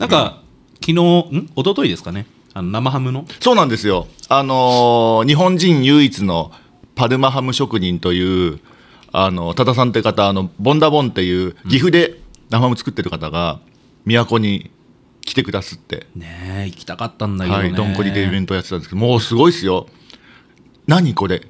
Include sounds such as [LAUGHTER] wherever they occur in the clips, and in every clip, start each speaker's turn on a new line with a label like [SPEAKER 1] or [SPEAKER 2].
[SPEAKER 1] なんか、昨日ん一昨日ですかねあの生ハムの
[SPEAKER 2] そうなんですよ。あのー日本人唯一のパルマハム職人という、あの、多田さんって方、あの、ボンダボンっていう、岐阜で生ハム作ってる方が、都に来てくだすって、
[SPEAKER 1] ねえ行きたかったんだけどね、
[SPEAKER 2] はい、どんこりでイベントやってたんですけど、もうすごいですよ。何これ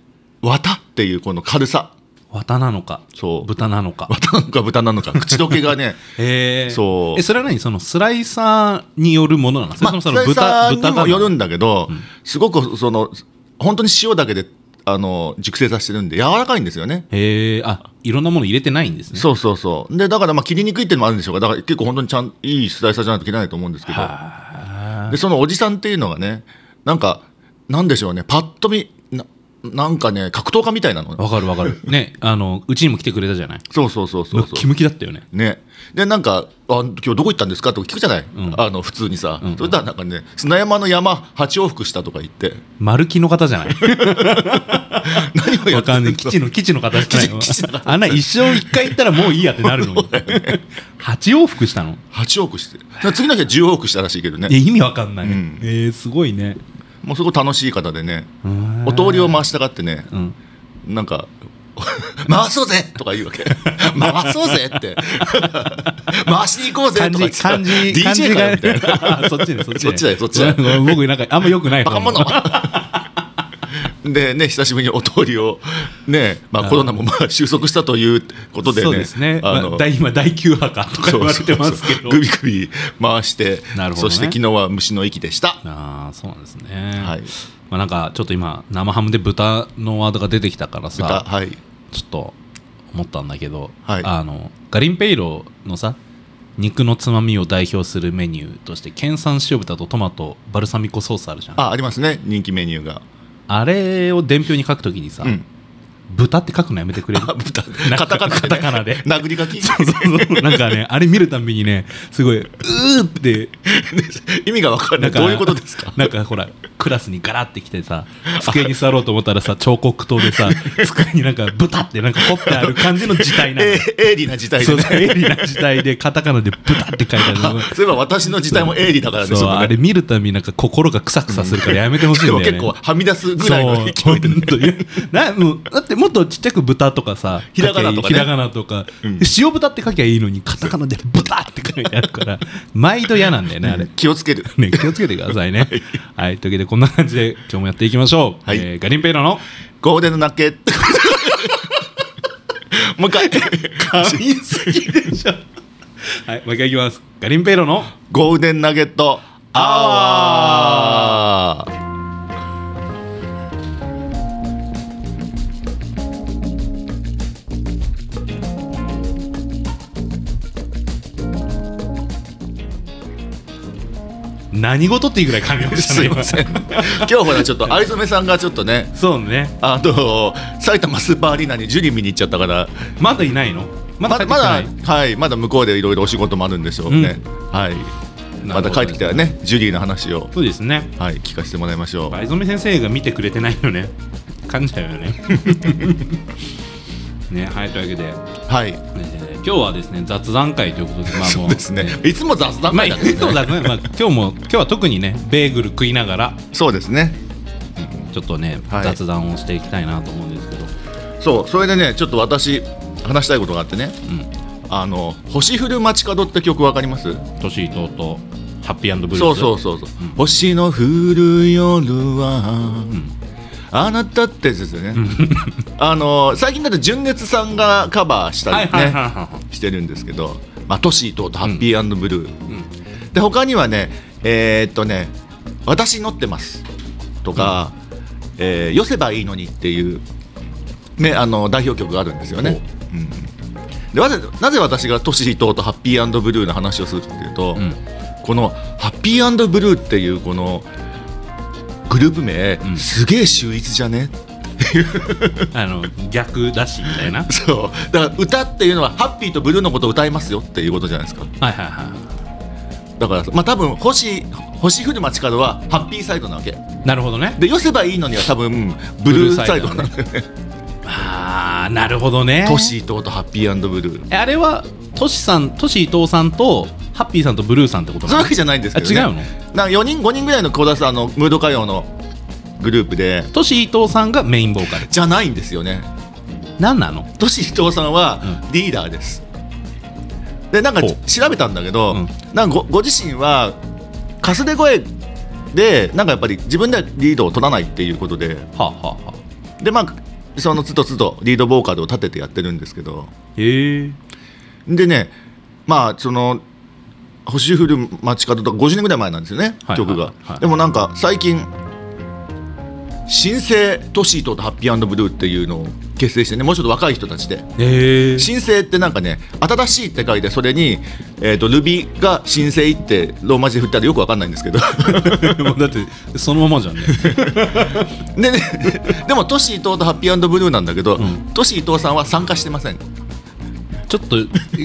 [SPEAKER 2] 綿っていうこの軽さ。 [LAUGHS]
[SPEAKER 1] 綿なのか
[SPEAKER 2] そう
[SPEAKER 1] 豚なの
[SPEAKER 2] [LAUGHS]
[SPEAKER 1] か
[SPEAKER 2] 綿なのか豚なのか、口どけがね、
[SPEAKER 1] えー、
[SPEAKER 2] そう
[SPEAKER 1] えそれは何そのスライサーによるもの [LAUGHS] なのそれ
[SPEAKER 2] ま
[SPEAKER 1] と
[SPEAKER 2] あ、
[SPEAKER 1] も
[SPEAKER 2] ス
[SPEAKER 1] その
[SPEAKER 2] ライサ
[SPEAKER 1] 豚豚
[SPEAKER 2] ーにも
[SPEAKER 1] な
[SPEAKER 2] よる
[SPEAKER 1] の
[SPEAKER 2] んだけど、すごくその本当に塩だけであの熟成させてるんで柔らかいんですよね。
[SPEAKER 1] へえあいろんなもの入れてないんですね
[SPEAKER 2] そうそうそうでだからまあ切りにくいっていうのもあるんでしょうがだから結構本当にちゃんいいスライサーじゃないと切れないと思うんですけど
[SPEAKER 1] は
[SPEAKER 2] でそのおじさんっていうのがねなんかなんでしょうねパッと見ななんかね格闘家みたいな
[SPEAKER 1] あ
[SPEAKER 2] の
[SPEAKER 1] わかるわか
[SPEAKER 2] [LAUGHS]
[SPEAKER 1] るねあのうちにも来てくれたじゃない
[SPEAKER 2] そうそうそうそ
[SPEAKER 1] ム
[SPEAKER 2] う
[SPEAKER 1] ッ
[SPEAKER 2] そう
[SPEAKER 1] キムキだったよね
[SPEAKER 2] ね、でなんかあ「今日どこ行ったんですか?」とか聞くじゃない、あの普通にさ、そしたらなんかね砂山の山八往復したとか言って
[SPEAKER 1] 丸木の方じゃない
[SPEAKER 2] [LAUGHS] 何をや
[SPEAKER 1] わ
[SPEAKER 2] って
[SPEAKER 1] か
[SPEAKER 2] ん
[SPEAKER 1] んな
[SPEAKER 2] の
[SPEAKER 1] い基地の基地の方じゃない
[SPEAKER 2] 基地基地の
[SPEAKER 1] あんな一生一回行ったらもういいやってなるの
[SPEAKER 2] [LAUGHS]
[SPEAKER 1] に八往復したの
[SPEAKER 2] 8億してる次の日は10億したらしいけど
[SPEAKER 1] いや
[SPEAKER 2] ね
[SPEAKER 1] 意味わかんない、
[SPEAKER 2] ん
[SPEAKER 1] えー、すごいね
[SPEAKER 2] もうすごい楽しい方でね
[SPEAKER 1] ん
[SPEAKER 2] お通りを回したがってね
[SPEAKER 1] うん
[SPEAKER 2] なんか [LAUGHS] 「回そうぜ!」とか言う
[SPEAKER 1] [LAUGHS]
[SPEAKER 2] わけ「回そうぜ!」って [LAUGHS] 「回しに行こうぜ!」
[SPEAKER 1] 感
[SPEAKER 2] と
[SPEAKER 1] じ
[SPEAKER 2] か言ってた
[SPEAKER 1] 感じ
[SPEAKER 2] [LAUGHS] DJ かよみたいな
[SPEAKER 1] なそっちねそっちね
[SPEAKER 2] そっちだよそっちだよ
[SPEAKER 1] うん僕なんかあんま良くない
[SPEAKER 2] バ
[SPEAKER 1] 方
[SPEAKER 2] カ者
[SPEAKER 1] [LAUGHS]
[SPEAKER 2] でね久しぶりにお通りをねまあコロナもまあ収束したということでね
[SPEAKER 1] そうですね、
[SPEAKER 2] あ
[SPEAKER 1] まあ
[SPEAKER 2] の
[SPEAKER 1] 大今第9波かとか言われてますけど
[SPEAKER 2] グビグビ回して
[SPEAKER 1] なるほど
[SPEAKER 2] そ
[SPEAKER 1] ね
[SPEAKER 2] して昨日は虫の息でした
[SPEAKER 1] ああそうなんですね、
[SPEAKER 2] はい
[SPEAKER 1] まあ、なんかちょっと今生ハムで豚のワードが出てきたから
[SPEAKER 2] 豚
[SPEAKER 1] さ
[SPEAKER 2] はい
[SPEAKER 1] ちょっと思ったんだけど、
[SPEAKER 2] はい
[SPEAKER 1] あのガリンペイロのさ肉のつまみを代表するメニューとして県産塩豚とトマトバルサミコソースあるじゃんあ
[SPEAKER 2] あありますね人気メニューが
[SPEAKER 1] れを伝票に書くときにさ、
[SPEAKER 2] うん
[SPEAKER 1] 豚って書くのやめてくれる
[SPEAKER 2] [LAUGHS] あ豚
[SPEAKER 1] なん
[SPEAKER 2] カ
[SPEAKER 1] か
[SPEAKER 2] タカナでね
[SPEAKER 1] カタカナで
[SPEAKER 2] 殴り書き
[SPEAKER 1] そうそうそうなんかねあれ見るたんびにねすごいうーって
[SPEAKER 2] [LAUGHS] 意味が分からな
[SPEAKER 1] ないんか
[SPEAKER 2] どういうことですか
[SPEAKER 1] なんかほらクラスにガラって来てさ机に座ろうと思ったらさ彫刻刀でさ机になんかブタってなんか彫ってある感じの字体なの
[SPEAKER 2] [LAUGHS] え鋭利な時代
[SPEAKER 1] そ
[SPEAKER 2] で
[SPEAKER 1] うそ
[SPEAKER 2] ね
[SPEAKER 1] う鋭利な字体でカタカナでブタって書いてある
[SPEAKER 2] [LAUGHS]
[SPEAKER 1] の
[SPEAKER 2] そういえば私の時代も鋭利だからね
[SPEAKER 1] そう
[SPEAKER 2] そのね
[SPEAKER 1] あれ見るたびなんか心がクサクサするからやめてほしいんだよね
[SPEAKER 2] 結構はみ出すぐらいの
[SPEAKER 1] そう
[SPEAKER 2] 勢いでね
[SPEAKER 1] 本当になもうだってもっとちっちゃく豚とかさ
[SPEAKER 2] ひらがなとかね
[SPEAKER 1] ひらがなとか塩豚って書きゃいいのにカタカナで豚って書いてあるから毎度嫌なんだよねあれ
[SPEAKER 2] 気をつける
[SPEAKER 1] ね、気をつけてください
[SPEAKER 2] [LAUGHS]
[SPEAKER 1] ね。はい、というわけでこんな感じで今日もやっていきましょう。
[SPEAKER 2] はい
[SPEAKER 1] えーガリンペイロの
[SPEAKER 2] ゴーデンの泣け
[SPEAKER 1] [LAUGHS]
[SPEAKER 2] もう一回
[SPEAKER 1] 神すぎでしょ。はい、もう一回いきます。ガリンペイロの
[SPEAKER 2] ゴールデンナゲットアワー
[SPEAKER 1] 何事っていうぐらい噛みました
[SPEAKER 2] す
[SPEAKER 1] ね。
[SPEAKER 2] いません
[SPEAKER 1] 今
[SPEAKER 2] 今日ほらちょっと藍染さんがちょっとね
[SPEAKER 1] そうね。
[SPEAKER 2] あの埼玉スーパーアリーナにジュリー見に行っちゃったから
[SPEAKER 1] まだいないの？まだ
[SPEAKER 2] ま
[SPEAKER 1] 帰
[SPEAKER 2] だ
[SPEAKER 1] ってき
[SPEAKER 2] ま
[SPEAKER 1] てない。
[SPEAKER 2] だはいまだ向こうでいろいろお仕事もあるんでしょうね、はいまた帰ってきたらねジュリーの話を
[SPEAKER 1] そうですね。
[SPEAKER 2] はい聞かせてもらいましょう、
[SPEAKER 1] 藍染先生が見てくれてないよね。噛んじゃうよ
[SPEAKER 2] [LAUGHS]
[SPEAKER 1] ね。ね、はいというわけで、
[SPEAKER 2] はい
[SPEAKER 1] えー今日はですね雑談会ということで、まあもう
[SPEAKER 2] [LAUGHS] そうですねいつも雑談
[SPEAKER 1] まあ、
[SPEAKER 2] 会
[SPEAKER 1] い
[SPEAKER 2] だけ
[SPEAKER 1] つ
[SPEAKER 2] ど
[SPEAKER 1] もだ
[SPEAKER 2] ね、
[SPEAKER 1] ね、まあ、今日も、今日は特にね、ベーグル食いながら、
[SPEAKER 2] そうですね
[SPEAKER 1] ちょっとね、
[SPEAKER 2] はい
[SPEAKER 1] 雑談をしていきたいなと思うんですけど。
[SPEAKER 2] そうそれでねちょっと私話したいことがあってね
[SPEAKER 1] うん、
[SPEAKER 2] あの星降る街角って曲わかります
[SPEAKER 1] トシイトーと、ハッピーブルース。
[SPEAKER 2] そうそう
[SPEAKER 1] そ
[SPEAKER 2] そうそう、星の降る夜は、あなたってやつですよね [LAUGHS] あの最近だと純烈さんがカバーしたり
[SPEAKER 1] は
[SPEAKER 2] ね、
[SPEAKER 1] いはいはいは
[SPEAKER 2] してるんですけど、まあ、トシーとハッピーブルー、で他にはねえーっとね「私乗ってます」とか、えー寄せばいいのに」っていう、ね、あの代表曲があるんですよね。うんでわざなぜ私がトシーととハッピーブルーの話をするっていうと、
[SPEAKER 1] ん
[SPEAKER 2] この「ハッピーブルー」っていうこのグループ名、
[SPEAKER 1] ん
[SPEAKER 2] すげえ秀逸じゃね [LAUGHS]
[SPEAKER 1] い。 [LAUGHS] あの、逆だしみたいな。はい
[SPEAKER 2] そうだから歌っていうのはハッピーとブルーのことを歌いますよっていうことじゃないですか
[SPEAKER 1] はいは
[SPEAKER 2] だからまあ多分星星降る街角はハッピーサイドなわけ
[SPEAKER 1] い。なるほどね。
[SPEAKER 2] で寄せばいいのには多分ブルーサイドなんだよね
[SPEAKER 1] ああ、なるほどね。
[SPEAKER 2] トシーととハッピーブルー
[SPEAKER 1] えあれは、トシさん、トシ伊藤さんと、ハッピーさんとブルーさんってこと
[SPEAKER 2] そういう
[SPEAKER 1] な
[SPEAKER 2] わけじゃないんですけど、ね、
[SPEAKER 1] あ違うの
[SPEAKER 2] なんか4人5人ぐらいのコーラスあのムード歌謡のグループで
[SPEAKER 1] トシ伊藤さんがメインボーカル
[SPEAKER 2] じゃないんですよね
[SPEAKER 1] 何なの
[SPEAKER 2] トシ伊藤さんは
[SPEAKER 1] う
[SPEAKER 2] リーダーです、でなんか
[SPEAKER 1] ほう
[SPEAKER 2] 調べたんだけど、
[SPEAKER 1] うん
[SPEAKER 2] なんかごご自身はかすで声でなんかやっぱり自分ではリードを取らないっていうことで
[SPEAKER 1] はあ、はあはあ、
[SPEAKER 2] でまあそのつどつどリードボーカルを立ててやってるんですけど
[SPEAKER 1] へえ
[SPEAKER 2] でねまあその星降る街角とか50年ぐらい前なんですよね、
[SPEAKER 1] はい
[SPEAKER 2] 曲が、
[SPEAKER 1] はいはい
[SPEAKER 2] でもなんか最近新生トシーとハッピーブルーっていうのを結成してねもうちょっと若い人たちで
[SPEAKER 1] へえ
[SPEAKER 2] 新生ってなんかね新しいって書いてそれに、えー、とルビが新生ってローマ字で振ったらよくわかんないんですけど
[SPEAKER 1] [LAUGHS]
[SPEAKER 2] [LAUGHS]
[SPEAKER 1] もうだってそのままじゃんね
[SPEAKER 2] でねでもトシ伊藤とハッピーブルーなんだけど、
[SPEAKER 1] ん
[SPEAKER 2] トシ伊藤さんは参加してません
[SPEAKER 1] ちょっと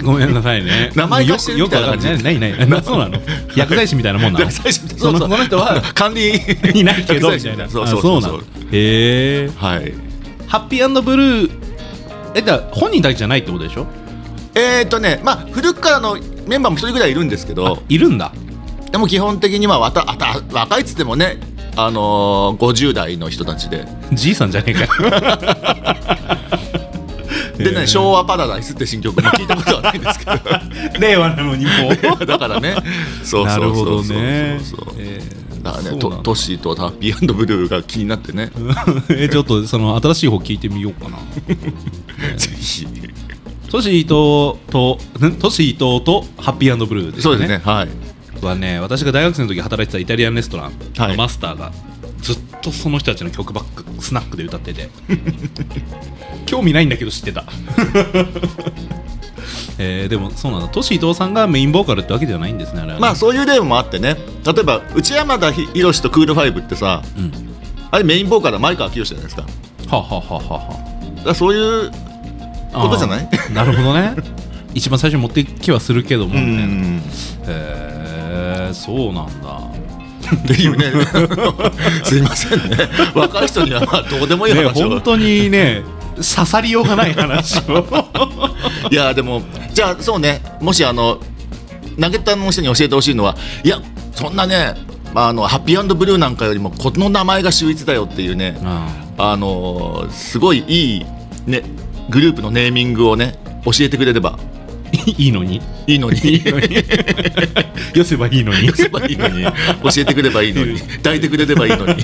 [SPEAKER 1] ごめんなさいね
[SPEAKER 2] [LAUGHS] 名前貸してるみたいな
[SPEAKER 1] よく
[SPEAKER 2] 感じ
[SPEAKER 1] よくわかんないないないなそう
[SPEAKER 2] [LAUGHS]
[SPEAKER 1] なの薬剤師みたいなもんなの
[SPEAKER 2] で最初
[SPEAKER 1] その
[SPEAKER 2] うう
[SPEAKER 1] その人は
[SPEAKER 2] 管理
[SPEAKER 1] いないけどみたいな
[SPEAKER 2] [LAUGHS] そうそうそうそ
[SPEAKER 1] あ
[SPEAKER 2] う
[SPEAKER 1] なのへえ
[SPEAKER 2] はい
[SPEAKER 1] ハッピーブルーえだから本人だけじゃないってことでしょ
[SPEAKER 2] えー、とね、まあ、古くからのメンバーも一人ぐらいいるんですけ
[SPEAKER 1] あ
[SPEAKER 2] ど、
[SPEAKER 1] いるんだ
[SPEAKER 2] でも基本的にはわたあた若いっつってもね、あのー、50代の人たちで、
[SPEAKER 1] じいさんじゃねえ
[SPEAKER 2] [LAUGHS]
[SPEAKER 1] かよ
[SPEAKER 2] で
[SPEAKER 1] へ
[SPEAKER 2] ね、
[SPEAKER 1] ー
[SPEAKER 2] 昭和パラダイスって新曲も聞いたことはないんですけ
[SPEAKER 1] [LAUGHS] 令和なのにも [LAUGHS]
[SPEAKER 2] ど、だからね、そう
[SPEAKER 1] な
[SPEAKER 2] そ
[SPEAKER 1] る
[SPEAKER 2] う
[SPEAKER 1] ほ
[SPEAKER 2] そ
[SPEAKER 1] ど
[SPEAKER 2] うそう
[SPEAKER 1] ね
[SPEAKER 2] そうそう
[SPEAKER 1] えー
[SPEAKER 2] だから
[SPEAKER 1] そう
[SPEAKER 2] ね、
[SPEAKER 1] な
[SPEAKER 2] と
[SPEAKER 1] んだ
[SPEAKER 2] トッシーとタッピーブルーが気になってね、
[SPEAKER 1] [LAUGHS] えちょっとその新しい方聞いてみようかな
[SPEAKER 2] ぜひ、
[SPEAKER 1] トシ伊藤とんトシ伊藤とハッピーブルーですね
[SPEAKER 2] そうですね、はい、
[SPEAKER 1] はね私が大学生の時働いてたイタリアンレストラン
[SPEAKER 2] は
[SPEAKER 1] の
[SPEAKER 2] い
[SPEAKER 1] マスターが、ずっとその人たちの曲ばっかスナックで歌って [LAUGHS] て興味ないんだけど知ってた [LAUGHS] えーでもそうなんだトシ伊藤さんがメインボーカルってわけじゃないんですねあれはね
[SPEAKER 2] まあそういう例もあってね、例えば内山田ひろしとクールファイブってさ、
[SPEAKER 1] うん
[SPEAKER 2] あれメインボーカルは前川清じゃないですか、
[SPEAKER 1] はあ、はあはあはあは
[SPEAKER 2] だからそういう
[SPEAKER 1] あ
[SPEAKER 2] ことじゃない
[SPEAKER 1] あーなるほどね一番最初に持ってきはするけども、
[SPEAKER 2] う
[SPEAKER 1] ね
[SPEAKER 2] ん
[SPEAKER 1] へえそうなんだ
[SPEAKER 2] っていうね [LAUGHS] すいませんね若い人にはまあどうでもいい
[SPEAKER 1] ね
[SPEAKER 2] 話を、
[SPEAKER 1] 本当にね刺さりようがない話を
[SPEAKER 2] いやでもじゃあそうねもしあのナゲッタの人に教えてほしいのはいやそんなね、まあ、あのハッピーブルーなんかよりもこの名前が秀逸だよっていうね
[SPEAKER 1] あ
[SPEAKER 2] あのーすごいいい、ね、グループのネーミングをね教えてくれれば
[SPEAKER 1] ーいいのに
[SPEAKER 2] [LAUGHS] いいの
[SPEAKER 1] い
[SPEAKER 2] に
[SPEAKER 1] いのに寄せばいい [LAUGHS] のに
[SPEAKER 2] 教えてくればいいのに教えてくればいいのに抱いてくれればいいの
[SPEAKER 1] ね
[SPEAKER 2] に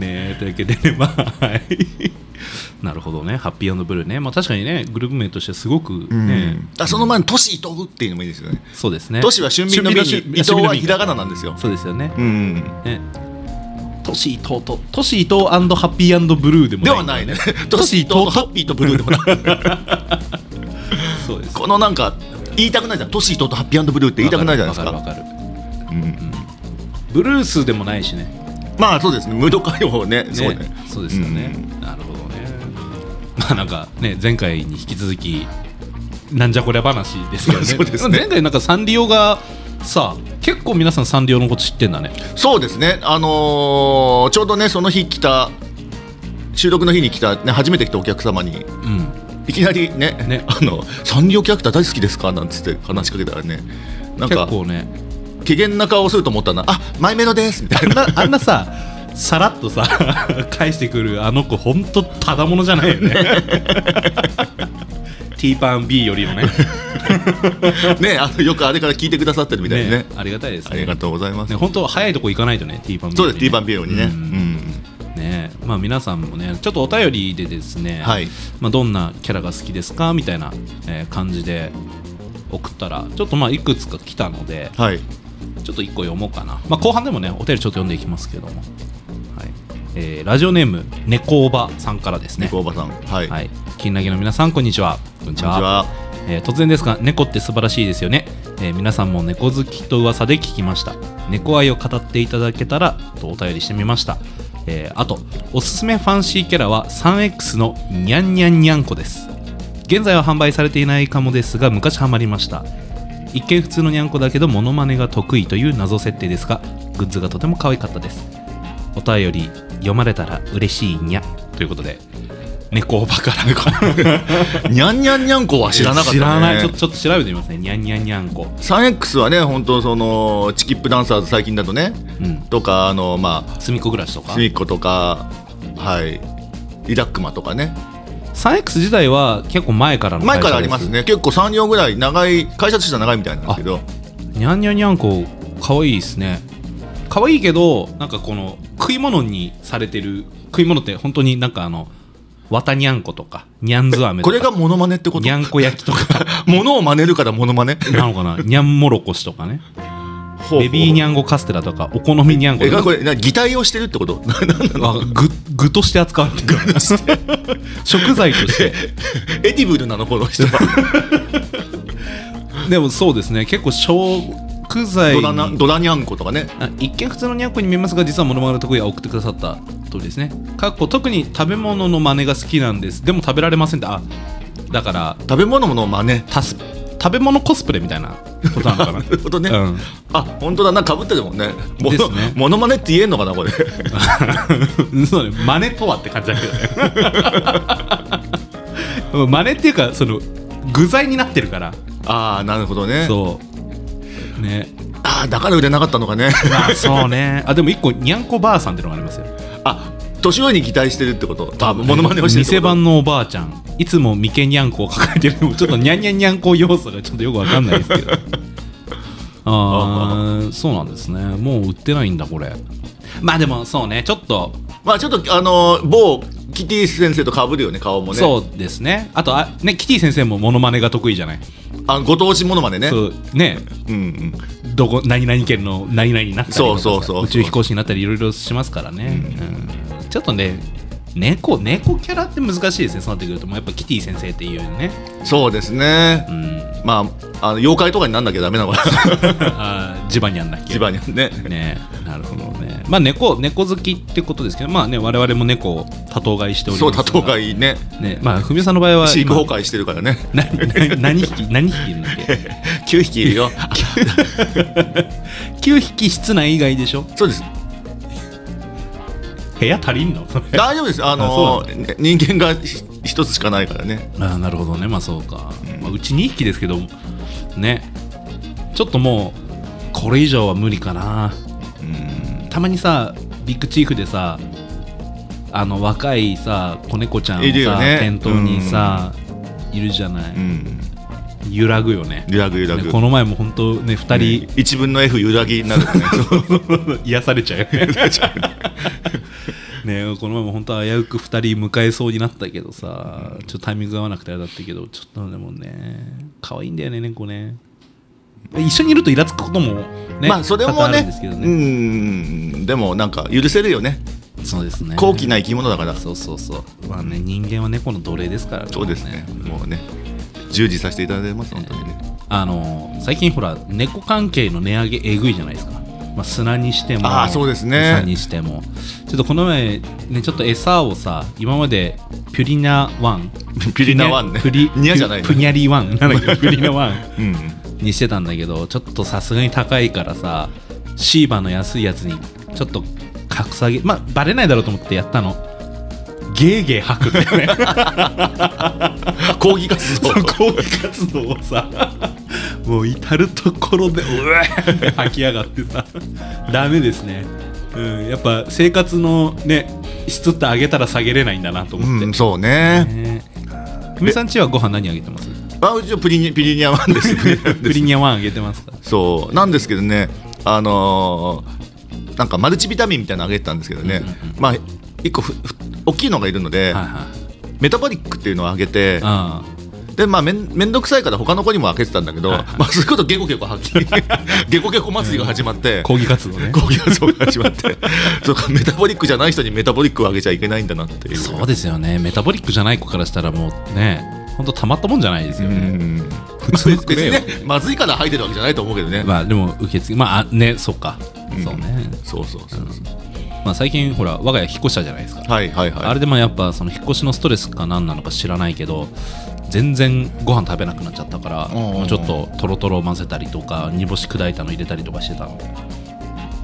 [SPEAKER 1] えというわけでねまあはいなるほどねハッピーブルーねまあ確かにねグループ名としてすごくね、
[SPEAKER 2] あその前に都市伊藤っていうのもいいですよね
[SPEAKER 1] そうですね
[SPEAKER 2] 都市は俊敏の美に
[SPEAKER 1] 俊敏
[SPEAKER 2] 伊藤
[SPEAKER 1] の俊
[SPEAKER 2] は
[SPEAKER 1] 敏
[SPEAKER 2] ひらがななんですよ
[SPEAKER 1] そうですよね
[SPEAKER 2] うん
[SPEAKER 1] ねトシ伊藤とトシ伊藤ハッピーブルーでも
[SPEAKER 2] で
[SPEAKER 1] ない
[SPEAKER 2] はないね。
[SPEAKER 1] ト
[SPEAKER 2] ト
[SPEAKER 1] シ
[SPEAKER 2] シ
[SPEAKER 1] 伊
[SPEAKER 2] と
[SPEAKER 1] 藤
[SPEAKER 2] ハッピーとブルーでも [LAUGHS] ない。
[SPEAKER 1] そうです
[SPEAKER 2] このなんか言いたくないじゃん。トシとハッピーブルーって言いたくないじゃないですか。
[SPEAKER 1] わかるわかるわか
[SPEAKER 2] うん
[SPEAKER 1] るブルースでもないしね
[SPEAKER 2] まあそうですね。無度歌謡をね。そうね。
[SPEAKER 1] そうですよね、なるほどねまあなんかね前回に引き続きなんじゃこりゃ話ですけどね
[SPEAKER 2] そうですね
[SPEAKER 1] 前回なんかサンリオがさ結構皆さんサンリオのこと知ってんだね
[SPEAKER 2] そうですね。あのーちょうどねその日来た収録の日に来たね初めて来たお客様に。
[SPEAKER 1] うん
[SPEAKER 2] いきなりね
[SPEAKER 1] ね
[SPEAKER 2] あのサンリオキャラクター大好きですかなんつって話しかけたらねなん
[SPEAKER 1] 結
[SPEAKER 2] か
[SPEAKER 1] 構ね
[SPEAKER 2] 機嫌な顔をすると思ったらあマイメロですみたい
[SPEAKER 1] あ
[SPEAKER 2] なん [LAUGHS]
[SPEAKER 1] なあんなささらっとさ返してくるあの子ほんとただものじゃない
[SPEAKER 2] [LAUGHS]
[SPEAKER 1] よねティーパン B よりもね [LAUGHS]
[SPEAKER 2] ねあのよくあれから聞いてくださってるみたいでね
[SPEAKER 1] ありがたいです
[SPEAKER 2] あ
[SPEAKER 1] ね
[SPEAKER 2] りがとうございます、
[SPEAKER 1] ね本当早いとこ行かないとね T パン B
[SPEAKER 2] そうです T 版ビデオにね、
[SPEAKER 1] う
[SPEAKER 2] うんん
[SPEAKER 1] ねまあ、皆さんもねちょっとお便りでですね、
[SPEAKER 2] はい
[SPEAKER 1] まあ、どんなキャラが好きですかみたいな、えー感じで送ったらちょっとまあいくつか来たので
[SPEAKER 2] はい
[SPEAKER 1] ちょっと1個読もうかな、まあ、後半でもねお便りちょっと読んでいきますけども、はいえーラジオネーム猫おばさんからですね
[SPEAKER 2] 猫おばさんはい、
[SPEAKER 1] はい、金ラギの皆さんこんにちはこんに
[SPEAKER 2] こんにちは
[SPEAKER 1] えー突然ですが猫って素晴らしいですよね、えー皆さんも猫好きと噂で聞きました猫愛を語っていただけたらとお便りしてみました、えーあとおすすめファンシーキャラは 3X のニャンニャンニャンコです現在は販売されていないかもですが昔ハマりました一見普通のニャンコだけどモノマネが得意という謎設定ですがグッズがとても可愛かったですお便り読まれたら嬉しいにゃということで猫バから
[SPEAKER 2] にゃんにゃんにゃんこは知らなかった、ね、
[SPEAKER 1] 知らないちょちょっと調べてみますねにゃんにゃんにゃんこ
[SPEAKER 2] 3X はね本当そのチキップダンサーズ最近だとね、
[SPEAKER 1] うん
[SPEAKER 2] とかあのまあ
[SPEAKER 1] すみっこ暮らしとか
[SPEAKER 2] スミッコとかはいリラックマとかね
[SPEAKER 1] 3X 自体は結構前からの
[SPEAKER 2] 前からありますね結構34ぐらい長い会社としては長いみたいなんですけど
[SPEAKER 1] にゃんにゃんにゃんこ可愛いですね可愛いけどなんかこの食い物にされてる食い物って本当になんかあの綿にゃんことかにゃんず飴と
[SPEAKER 2] こ
[SPEAKER 1] か
[SPEAKER 2] れがモノマネってこと
[SPEAKER 1] にゃんこ焼きと
[SPEAKER 2] [LAUGHS]
[SPEAKER 1] か
[SPEAKER 2] ものを真似るからモノマネ
[SPEAKER 1] なのかなにゃんもろこしとかねベビーに
[SPEAKER 2] ゃん
[SPEAKER 1] ゃんこカステラとかお好みにゃんこ
[SPEAKER 2] え
[SPEAKER 1] と
[SPEAKER 2] こ
[SPEAKER 1] か
[SPEAKER 2] れな擬態をしてるってこと [LAUGHS] なんなの
[SPEAKER 1] あ具具として扱われてる
[SPEAKER 2] [LAUGHS]
[SPEAKER 1] 食材として
[SPEAKER 2] エディブルなのこの
[SPEAKER 1] [LAUGHS]
[SPEAKER 2] 人は
[SPEAKER 1] でもそうですね結構食材
[SPEAKER 2] ド
[SPEAKER 1] に
[SPEAKER 2] ラなドラニャンコとかね
[SPEAKER 1] あ一見普通のニャンコに見えますが実はモノマネの得意は送ってくださった通りですねかっこ特に食べ物の真似が好きなんですでも食べられませんってあだから
[SPEAKER 2] 食べ物の真似
[SPEAKER 1] たす食べ物コスプレみたいな [LAUGHS] ことなのかな
[SPEAKER 2] なるほどね、
[SPEAKER 1] うん
[SPEAKER 2] あ本当だなかぶってるもんねも
[SPEAKER 1] です
[SPEAKER 2] の
[SPEAKER 1] ね
[SPEAKER 2] モノマネって言えんのか
[SPEAKER 1] [LAUGHS]
[SPEAKER 2] なこれ
[SPEAKER 1] そうね真似とはって感じだけどね [LAUGHS] 真似っていうかその具材になってるから
[SPEAKER 2] ああなるほどね
[SPEAKER 1] そうね
[SPEAKER 2] ああだから売れなかったのかね
[SPEAKER 1] [LAUGHS] まあそうねあでも一個にゃんこばあさんってのがありますよ
[SPEAKER 2] あ年寄りに擬態してるってことあモノマネをしてるって
[SPEAKER 1] 店
[SPEAKER 2] こと
[SPEAKER 1] 番のおばあちゃんいつも眉間にゃんこを抱えてるちょっとにゃんにゃんにゃんこ要素がちょっとよくわかんないですけ
[SPEAKER 2] [LAUGHS]
[SPEAKER 1] どああそうなんですねもう売ってないんだこれまあでもそうねちょっと、
[SPEAKER 2] まあちょっとあのー某キティ先生とかぶるよね顔もね
[SPEAKER 1] そうですねあとあねキティ先生もモノマネが得意じゃない、
[SPEAKER 2] あご当地モノマネね
[SPEAKER 1] そうね
[SPEAKER 2] うんうん
[SPEAKER 1] どこ何々県の何々になったりとかさ
[SPEAKER 2] そうそうそう
[SPEAKER 1] 宇宙飛行士になったりいろいろしますからね、うんちょっとね猫猫キャラって難しいですねそうなってくるともうやっぱキティ先生っていうね、
[SPEAKER 2] そうですね、
[SPEAKER 1] うん、
[SPEAKER 2] まああの妖怪とかになんなきゃダメなのかな
[SPEAKER 1] あージバニャンだっけ
[SPEAKER 2] 一番にはね
[SPEAKER 1] ねなるほどねまあ猫猫好きってことですけどまあね我々も猫を多頭飼いしており
[SPEAKER 2] そ
[SPEAKER 1] ま
[SPEAKER 2] う
[SPEAKER 1] すが
[SPEAKER 2] 多頭飼いね
[SPEAKER 1] ねまあふみさんの場合は
[SPEAKER 2] 飼育
[SPEAKER 1] 今
[SPEAKER 2] 崩壊してるか
[SPEAKER 1] [LAUGHS]
[SPEAKER 2] らね
[SPEAKER 1] なな何匹何匹いるんだっ
[SPEAKER 2] [LAUGHS]
[SPEAKER 1] け
[SPEAKER 2] 9匹いるよ
[SPEAKER 1] 9匹室内以外でしょ
[SPEAKER 2] そうです
[SPEAKER 1] 部屋足りんの
[SPEAKER 2] 大丈夫ですあの
[SPEAKER 1] あそ
[SPEAKER 2] ー人間がひ一つしかないからね
[SPEAKER 1] あーなるほどねまあそうか、まあ、うち2匹ですけどねちょっともうこれ以上は無理かなたまにさビッグチーフでさあの若いさ子猫ちゃんをさ、
[SPEAKER 2] いるよね
[SPEAKER 1] 店頭にさ、いるじゃない、
[SPEAKER 2] うん
[SPEAKER 1] 揺らぐよね
[SPEAKER 2] 揺らぐ揺らぐ、
[SPEAKER 1] ねこの前も本当ね2人
[SPEAKER 2] ね一分の F 揺らぎになるよね
[SPEAKER 1] 癒されちゃうよね [LAUGHS] ねこの前も本当危うく2人迎えそうになったけどさちょっとタイミングが合わなくてあれだったけどちょっとでもね可愛いんだよね猫ね一緒にいるとイラつくことも [LAUGHS] ね
[SPEAKER 2] まあそれ
[SPEAKER 1] 多
[SPEAKER 2] も
[SPEAKER 1] 々ある
[SPEAKER 2] ね
[SPEAKER 1] んですけど
[SPEAKER 2] う
[SPEAKER 1] ね、
[SPEAKER 2] んでもなんか許せるよね
[SPEAKER 1] そうですね
[SPEAKER 2] 高貴な生き物だから
[SPEAKER 1] そうそうそうまあね人間は猫の奴隷ですから
[SPEAKER 2] そうですね
[SPEAKER 1] も
[SPEAKER 2] もうね従事させていただいてます本当にね
[SPEAKER 1] あの最近ほら猫関係の値上げえぐいじゃないですか、まあ、砂にしても
[SPEAKER 2] あーそうですね
[SPEAKER 1] 餌にしてもちょっとこの前ねちょっと餌をさ今までピュリナワ
[SPEAKER 2] [LAUGHS]
[SPEAKER 1] ン
[SPEAKER 2] ピュリナワンね
[SPEAKER 1] プリ
[SPEAKER 2] ニャじゃないね
[SPEAKER 1] プニャリワ
[SPEAKER 2] [LAUGHS]
[SPEAKER 1] ンなんだっけピュリナワン
[SPEAKER 2] うん
[SPEAKER 1] にしてたんだけどちょっとさすがに高いからさシーバの安いやつにちょっと格下げまあバレないだろうと思ってやったのゲーゲー吐くん [LAUGHS]
[SPEAKER 2] [LAUGHS]
[SPEAKER 1] だよね
[SPEAKER 2] 抗議活
[SPEAKER 1] [LAUGHS]
[SPEAKER 2] 動
[SPEAKER 1] その抗議活動をさもう至る所でうわーって [LAUGHS] 吐きやがってさダメですね、うん、やっぱ生活のね質って上げたら下げれないんだなと思って、
[SPEAKER 2] うんそうね
[SPEAKER 1] ね久米さんちはご飯何あげて [LAUGHS] ます
[SPEAKER 2] あうちはプリニピリニアワンですね
[SPEAKER 1] プリニアワンあげてますか
[SPEAKER 2] [LAUGHS] そうなんですけどねあのーなんかマルチビタミンみたいなのあげてたんですけどねまあ一個ふふ大きいのがいるので
[SPEAKER 1] はいはい
[SPEAKER 2] メタボリックっていうのをあげて
[SPEAKER 1] あ
[SPEAKER 2] でまあめんめんどくさいから他の子にも開けてたんだけど、
[SPEAKER 1] はい
[SPEAKER 2] [LAUGHS] まあそういうことゲコゲコはっきり [LAUGHS] ゲコゲコ祭りが始まって、
[SPEAKER 1] あ抗議活動ね
[SPEAKER 2] 抗議活動が始まってそうかメタボリックじゃない人にメタボリックをあげちゃいけないんだなってい
[SPEAKER 1] [LAUGHS]
[SPEAKER 2] う
[SPEAKER 1] そうですよねメタボリックじゃない子からしたらもうねほんとたまったもんじゃないですよ
[SPEAKER 2] う
[SPEAKER 1] ね、
[SPEAKER 2] ん
[SPEAKER 1] 普通に
[SPEAKER 2] 別
[SPEAKER 1] くれ
[SPEAKER 2] に
[SPEAKER 1] よ、
[SPEAKER 2] ねまずいから吐いてるわけじゃないと思うけどね、
[SPEAKER 1] まあでも受け付けまああねそうか、
[SPEAKER 2] ん
[SPEAKER 1] そうね
[SPEAKER 2] そうそうそうそう、
[SPEAKER 1] まあ、最近ほら我が家引っ越したじゃないですか、
[SPEAKER 2] はいはい
[SPEAKER 1] あ
[SPEAKER 2] は
[SPEAKER 1] れでもやっぱその引っ越しのストレスか何なのか知らないけど全然ご飯食べなくなっちゃったから
[SPEAKER 2] んうんうん
[SPEAKER 1] もうちょっととろとろ混ぜたりとか煮干し砕いたの入れたりとかしてたの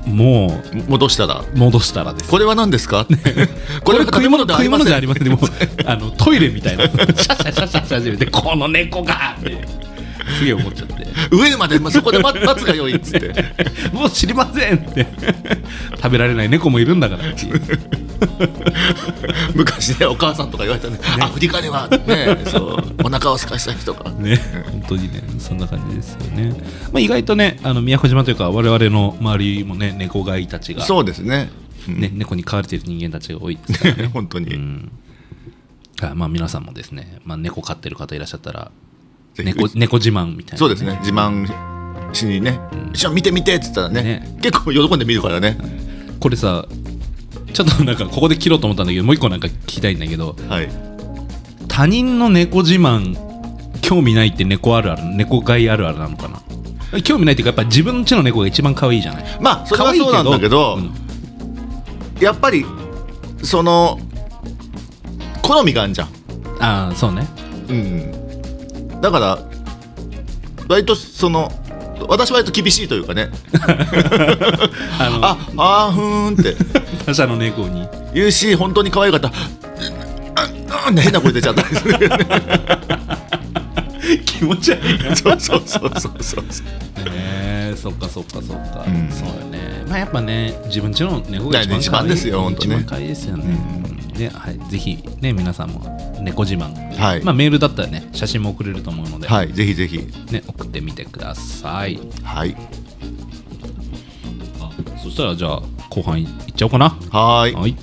[SPEAKER 1] も
[SPEAKER 2] 戻したら
[SPEAKER 1] う戻したらです
[SPEAKER 2] これは何ですかこれは食べ物ではあ
[SPEAKER 1] 食い
[SPEAKER 2] りま
[SPEAKER 1] 物
[SPEAKER 2] せ
[SPEAKER 1] じゃ
[SPEAKER 2] ん
[SPEAKER 1] ありませんでもあのトイレみたいなシャシャシャシャシャシャでこの猫がってすげえ思っちゃって
[SPEAKER 2] 上までまあそこで待待つが [LAUGHS] 良いっつって
[SPEAKER 1] もう知りませんって食べられない猫もいるんだからっていう
[SPEAKER 2] 昔ねお母さんとか言われたねアフリカではねそうお腹を空かした人が
[SPEAKER 1] ね、本当にね、そんな感じですよね。まあ、意外とね、あの宮古島というか、我々の周りもね、猫飼いたちが、
[SPEAKER 2] そうですね。
[SPEAKER 1] ね、猫に飼われている人間たちが多いですからね
[SPEAKER 2] [LAUGHS] 本当に、
[SPEAKER 1] うんあまあ、皆さんもですね、まあ、猫飼ってる方いらっしゃったら、
[SPEAKER 2] ぜひ
[SPEAKER 1] 猫猫自慢みたいな、
[SPEAKER 2] そうですね自慢しにね「一緒に見て見て」っつったらね
[SPEAKER 1] ね
[SPEAKER 2] 結構喜んで見るからね、
[SPEAKER 1] これさ、ちょっとなんか、ここで切ろうと思ったんだけど、もう一個なんか聞きたいんだけど、
[SPEAKER 2] はい、
[SPEAKER 1] 他人の猫自慢、興味ないって猫あるある、猫飼いあるあるなのかな。興味ないっていうか、やっぱ自分家の猫が一番可愛いじゃない。
[SPEAKER 2] まあそれはそうなんだけど
[SPEAKER 1] 可愛いけ
[SPEAKER 2] やっぱりその好みがあるじゃん、
[SPEAKER 1] うんああ、そうね。
[SPEAKER 2] うん、だから割とその私は割と厳しいというかね
[SPEAKER 1] [LAUGHS] あの
[SPEAKER 2] ああーふーんって
[SPEAKER 1] 他社の猫に [LAUGHS]
[SPEAKER 2] 言うし本当に可愛かったあああ変な声出ちゃったりする
[SPEAKER 1] 気持ち悪いな
[SPEAKER 2] そうそうそうそうそう
[SPEAKER 1] ねそっかそっかそっか、
[SPEAKER 2] うん
[SPEAKER 1] そうよねまあやっぱね自分ちの猫が一番
[SPEAKER 2] ね一番ですよ
[SPEAKER 1] 可愛い
[SPEAKER 2] 本当ね
[SPEAKER 1] 一番可愛いですよね、で、はい、ぜひね皆さんも猫自慢、
[SPEAKER 2] はい、
[SPEAKER 1] まあメールだったらね写真も送れると思うので、
[SPEAKER 2] はい、ぜひぜひ
[SPEAKER 1] ね送ってみてください
[SPEAKER 2] はい
[SPEAKER 1] あそしたらじゃあ後半いっちゃおうかな
[SPEAKER 2] はーい
[SPEAKER 1] はい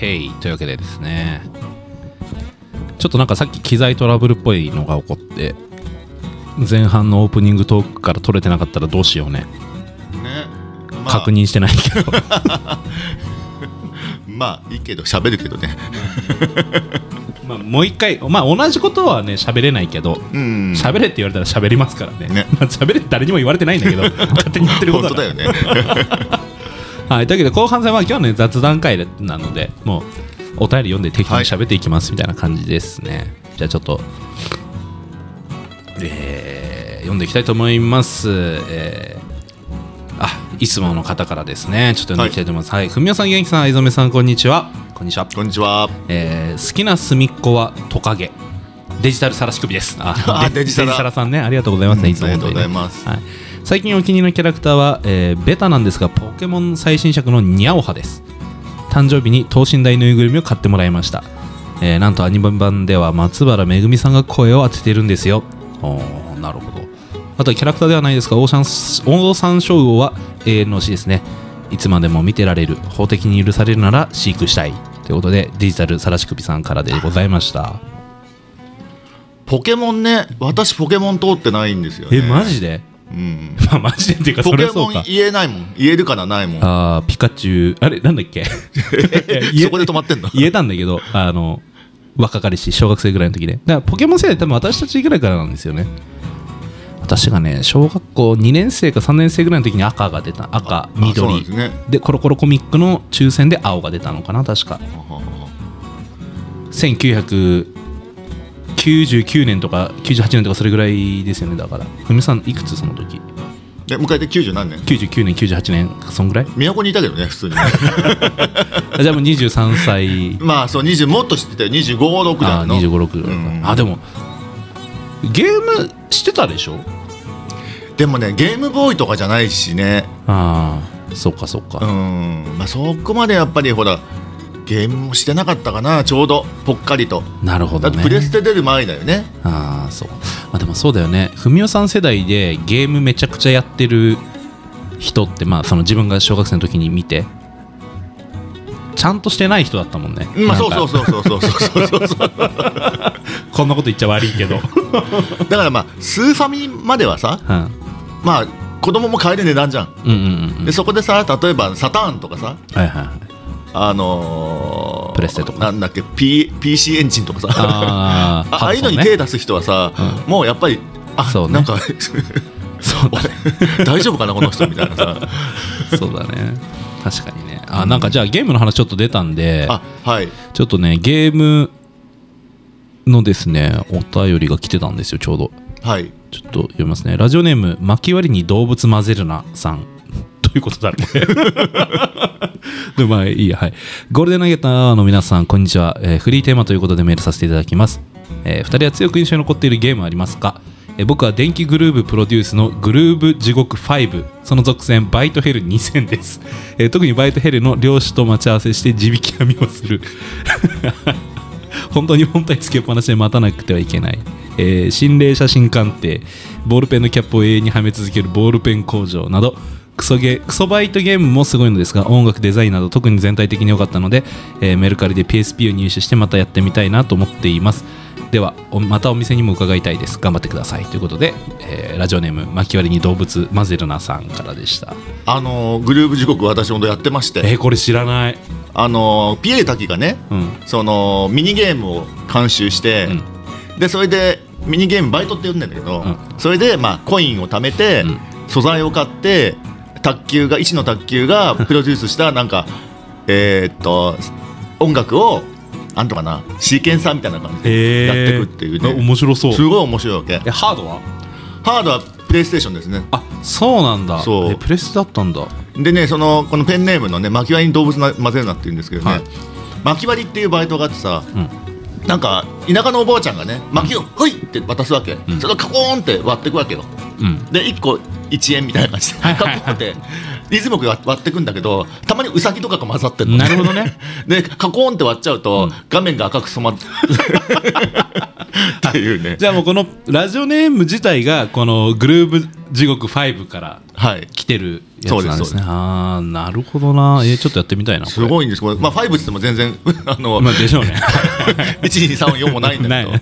[SPEAKER 1] へいというわけでですねちょっとなんかさっき機材トラブルっぽいのが起こって前半のオープニングトークから取れてなかったらどうしようね
[SPEAKER 2] ねまあ
[SPEAKER 1] 確認してないけど
[SPEAKER 2] まあいいけど喋るけどね
[SPEAKER 1] [LAUGHS] まあもう一回、まあ、同じことはね喋れないけど
[SPEAKER 2] うん
[SPEAKER 1] 喋れって言われたら喋りますからね
[SPEAKER 2] ね
[SPEAKER 1] まあ、喋れって誰にも言われてないんだけど [LAUGHS] 勝手に言ってるこ
[SPEAKER 2] 本
[SPEAKER 1] と
[SPEAKER 2] 当
[SPEAKER 1] だか
[SPEAKER 2] だ
[SPEAKER 1] ら
[SPEAKER 2] よね [LAUGHS]
[SPEAKER 1] はい、というわけで後半戦は今日の、ね、雑談会なのでもうお便り読んで適当に喋っていきますみたいな感じですね、じゃあちょっと、えー読んでいきたいと思います、えーあいつもの方からですねちょっと読んでいきたいと思いますはい文雄さん元気さん藍染さんこんにちはこんにちは、
[SPEAKER 2] こんにちは
[SPEAKER 1] えー好きな隅っこはトカゲデジタルさらし首ですあ
[SPEAKER 2] [LAUGHS] あ
[SPEAKER 1] で
[SPEAKER 2] デジタラ
[SPEAKER 1] さんねありがとうございますね、
[SPEAKER 2] うん
[SPEAKER 1] いつも本当にね
[SPEAKER 2] ありがとうございます
[SPEAKER 1] はい、最近お気に入りのキャラクターは、えーベタなんですがポケモン最新作のニャオハです誕生日に等身大ぬいぐるみを買ってもらいました、えーなんとアニメ版では松原めぐみさんが声を当てているんですよおーなるほどあとはキャラクターではないですがオーシャンスオオサンショウウオは永遠の推しですねいつまでも見てられる法的に許されるなら飼育したいということでデジタルさらし首さんからでございました
[SPEAKER 2] ポケモンね私ポケモン通ってないんですよね
[SPEAKER 1] えマジで、
[SPEAKER 2] うん
[SPEAKER 1] [LAUGHS] まあ、マジでっていうか
[SPEAKER 2] ポ
[SPEAKER 1] それ
[SPEAKER 2] ケ
[SPEAKER 1] はそ
[SPEAKER 2] モ
[SPEAKER 1] うか
[SPEAKER 2] ン言えないもん言えるからないもん
[SPEAKER 1] あーピカチュウあれなんだっけいや言え
[SPEAKER 2] そこで止まってんだ
[SPEAKER 1] 言えたんだけどあの若かりし小学生ぐらいの時でだからポケモン世代多分私たちぐらいからなんですよね私がね小学校2年生か3年生ぐらいの時に赤が出た赤
[SPEAKER 2] あそうなん
[SPEAKER 1] 緑
[SPEAKER 2] です
[SPEAKER 1] で,、
[SPEAKER 2] ね
[SPEAKER 1] コロコロコミックの抽選で青が出たのかな確か1999年とか98年とかそれぐらいですよねだからふみさんいくつその時
[SPEAKER 2] で迎えて90何年
[SPEAKER 1] 99年98年そんぐらい
[SPEAKER 2] 都にいたけどね普通にね [LAUGHS]
[SPEAKER 1] あじゃあもう23歳
[SPEAKER 2] まあそう20もっと知ってたよ2 5 6
[SPEAKER 1] あ
[SPEAKER 2] だ
[SPEAKER 1] あ
[SPEAKER 2] の
[SPEAKER 1] 2 5 6ぐらいか
[SPEAKER 2] うんうん
[SPEAKER 1] あでもゲームしてたでしょ
[SPEAKER 2] でもねゲームボーイとかじゃないしね
[SPEAKER 1] ああそっかそっ
[SPEAKER 2] う
[SPEAKER 1] か、
[SPEAKER 2] んまあそこまでやっぱりほらゲームもしてなかったかなちょうどぽっかりと
[SPEAKER 1] なるほ
[SPEAKER 2] だ
[SPEAKER 1] ど
[SPEAKER 2] って
[SPEAKER 1] ね
[SPEAKER 2] プレステ出る前だよね
[SPEAKER 1] ああそうまあでもそうだよね文雄さん世代でゲームめちゃくちゃやってる人ってまあその自分が小学生の時に見てちゃんとしてない人だったもんね、
[SPEAKER 2] まあそうそううそうそうそうそうそう
[SPEAKER 1] [LAUGHS]
[SPEAKER 2] そう
[SPEAKER 1] こんなこと言っちゃ悪いけ
[SPEAKER 2] [LAUGHS]
[SPEAKER 1] ど、う
[SPEAKER 2] だからまあスーファミまではさ
[SPEAKER 1] ん、
[SPEAKER 2] まあ子供も買える値段じゃん
[SPEAKER 1] うんうんうんうん
[SPEAKER 2] でそこでさ例えばサターンとかさ
[SPEAKER 1] はいはいはい
[SPEAKER 2] あのー
[SPEAKER 1] プレステとか
[SPEAKER 2] なんだっけ、P、PC エンジンとかさあ
[SPEAKER 1] あー
[SPEAKER 2] ああいうのに
[SPEAKER 1] ハドソ
[SPEAKER 2] 手
[SPEAKER 1] ンね
[SPEAKER 2] 出す人はさ、
[SPEAKER 1] う
[SPEAKER 2] もうやっぱりあ
[SPEAKER 1] そうね
[SPEAKER 2] なんか
[SPEAKER 1] そうだね
[SPEAKER 2] [LAUGHS] 大丈夫かなこの人みたい
[SPEAKER 1] [LAUGHS]
[SPEAKER 2] なさ
[SPEAKER 1] そうだね確かにねあなんかじゃあゲームの話ちょっと出たんで
[SPEAKER 2] あはい
[SPEAKER 1] ちょっとねゲームのですねお便りが来てたんですよちょうど
[SPEAKER 2] はい
[SPEAKER 1] ちょっと読みますねラジオネーム巻き割りに動物混ぜるなさん [LAUGHS] どういうことだろうね [LAUGHS] でまあいいやはいゴールデンナゲッターの皆さんこんにちは、えーフリーテーマということでメールさせていただきます、え2人は強く印象に残っているゲームはありますか、えー僕は電気グルーブプロデュースのグルーブ地獄5その続編バイトヘル2000です、えー特にバイトヘルの漁師と待ち合わせして地引き網をする本当に本体つけっぱなしで待たなくてはいけない、えー心霊写真鑑定ボールペンのキャップを永遠にはめ続けるボールペン工場などクソゲークソバイトゲームもすごいのですが音楽デザインなど特に全体的に良かったので、えーメルカリで PSP を入手してまたやってみたいなと思っていますではおまたお店にも伺いたいです頑張ってくださいということで、えーラジオネーム巻き割りに動物マゼルナさんからでした
[SPEAKER 2] あのーグルーブ時刻私ほどやってまして
[SPEAKER 1] えーこれ知らない
[SPEAKER 2] あのーピエール滝がね
[SPEAKER 1] うん
[SPEAKER 2] そのミニゲームを監修して、でそれでミニゲームバイトって呼んだんだけど、
[SPEAKER 1] うん
[SPEAKER 2] それでまあコインを貯めて、
[SPEAKER 1] うん
[SPEAKER 2] 素材を買って卓球が一の卓
[SPEAKER 1] [LAUGHS]
[SPEAKER 2] 球がプロデュースしたなんかえーっと音楽をなんとかなシーケンサーみたいな感じでやってくっていうね、
[SPEAKER 1] えー面白そう
[SPEAKER 2] すごい面白いわけ
[SPEAKER 1] えハードは
[SPEAKER 2] ハードはプレイステーションですね
[SPEAKER 1] あそうなんだ
[SPEAKER 2] そう
[SPEAKER 1] えプレステだったんだ
[SPEAKER 2] でねそのこのペンネームのね巻き割りに動物な混ぜるなって言うんですけどね、
[SPEAKER 1] はい
[SPEAKER 2] 巻き割りっていうバイトがあってさ、
[SPEAKER 1] うん
[SPEAKER 2] なんか田舎のおばあちゃんがね薪を「ほい!」って渡すわけ、
[SPEAKER 1] ん
[SPEAKER 2] それをカコーンって割っていくわけよ
[SPEAKER 1] うん
[SPEAKER 2] で1個1円みたいな感じでカコーンってリズムよく割っていくんだけどたまにウサギとかが混ざってるの
[SPEAKER 1] なるほどね
[SPEAKER 2] [LAUGHS] でカコーンって割っちゃうと、画面が赤
[SPEAKER 1] [LAUGHS]
[SPEAKER 2] く染まってっていうね
[SPEAKER 1] じゃあもうこのラジオネーム自体がこのグルーブ地獄5から
[SPEAKER 2] はい
[SPEAKER 1] 来てるや
[SPEAKER 2] そう
[SPEAKER 1] つ
[SPEAKER 2] で
[SPEAKER 1] な
[SPEAKER 2] す
[SPEAKER 1] んですね
[SPEAKER 2] そうです
[SPEAKER 1] ああなるほどなえーちょっとやってみたいなこ
[SPEAKER 2] す
[SPEAKER 1] れ
[SPEAKER 2] ごいんですこれまあ5っつっても全然あの、
[SPEAKER 1] まあ
[SPEAKER 2] [LAUGHS]
[SPEAKER 1] でしょうね
[SPEAKER 2] 12344もないんだけど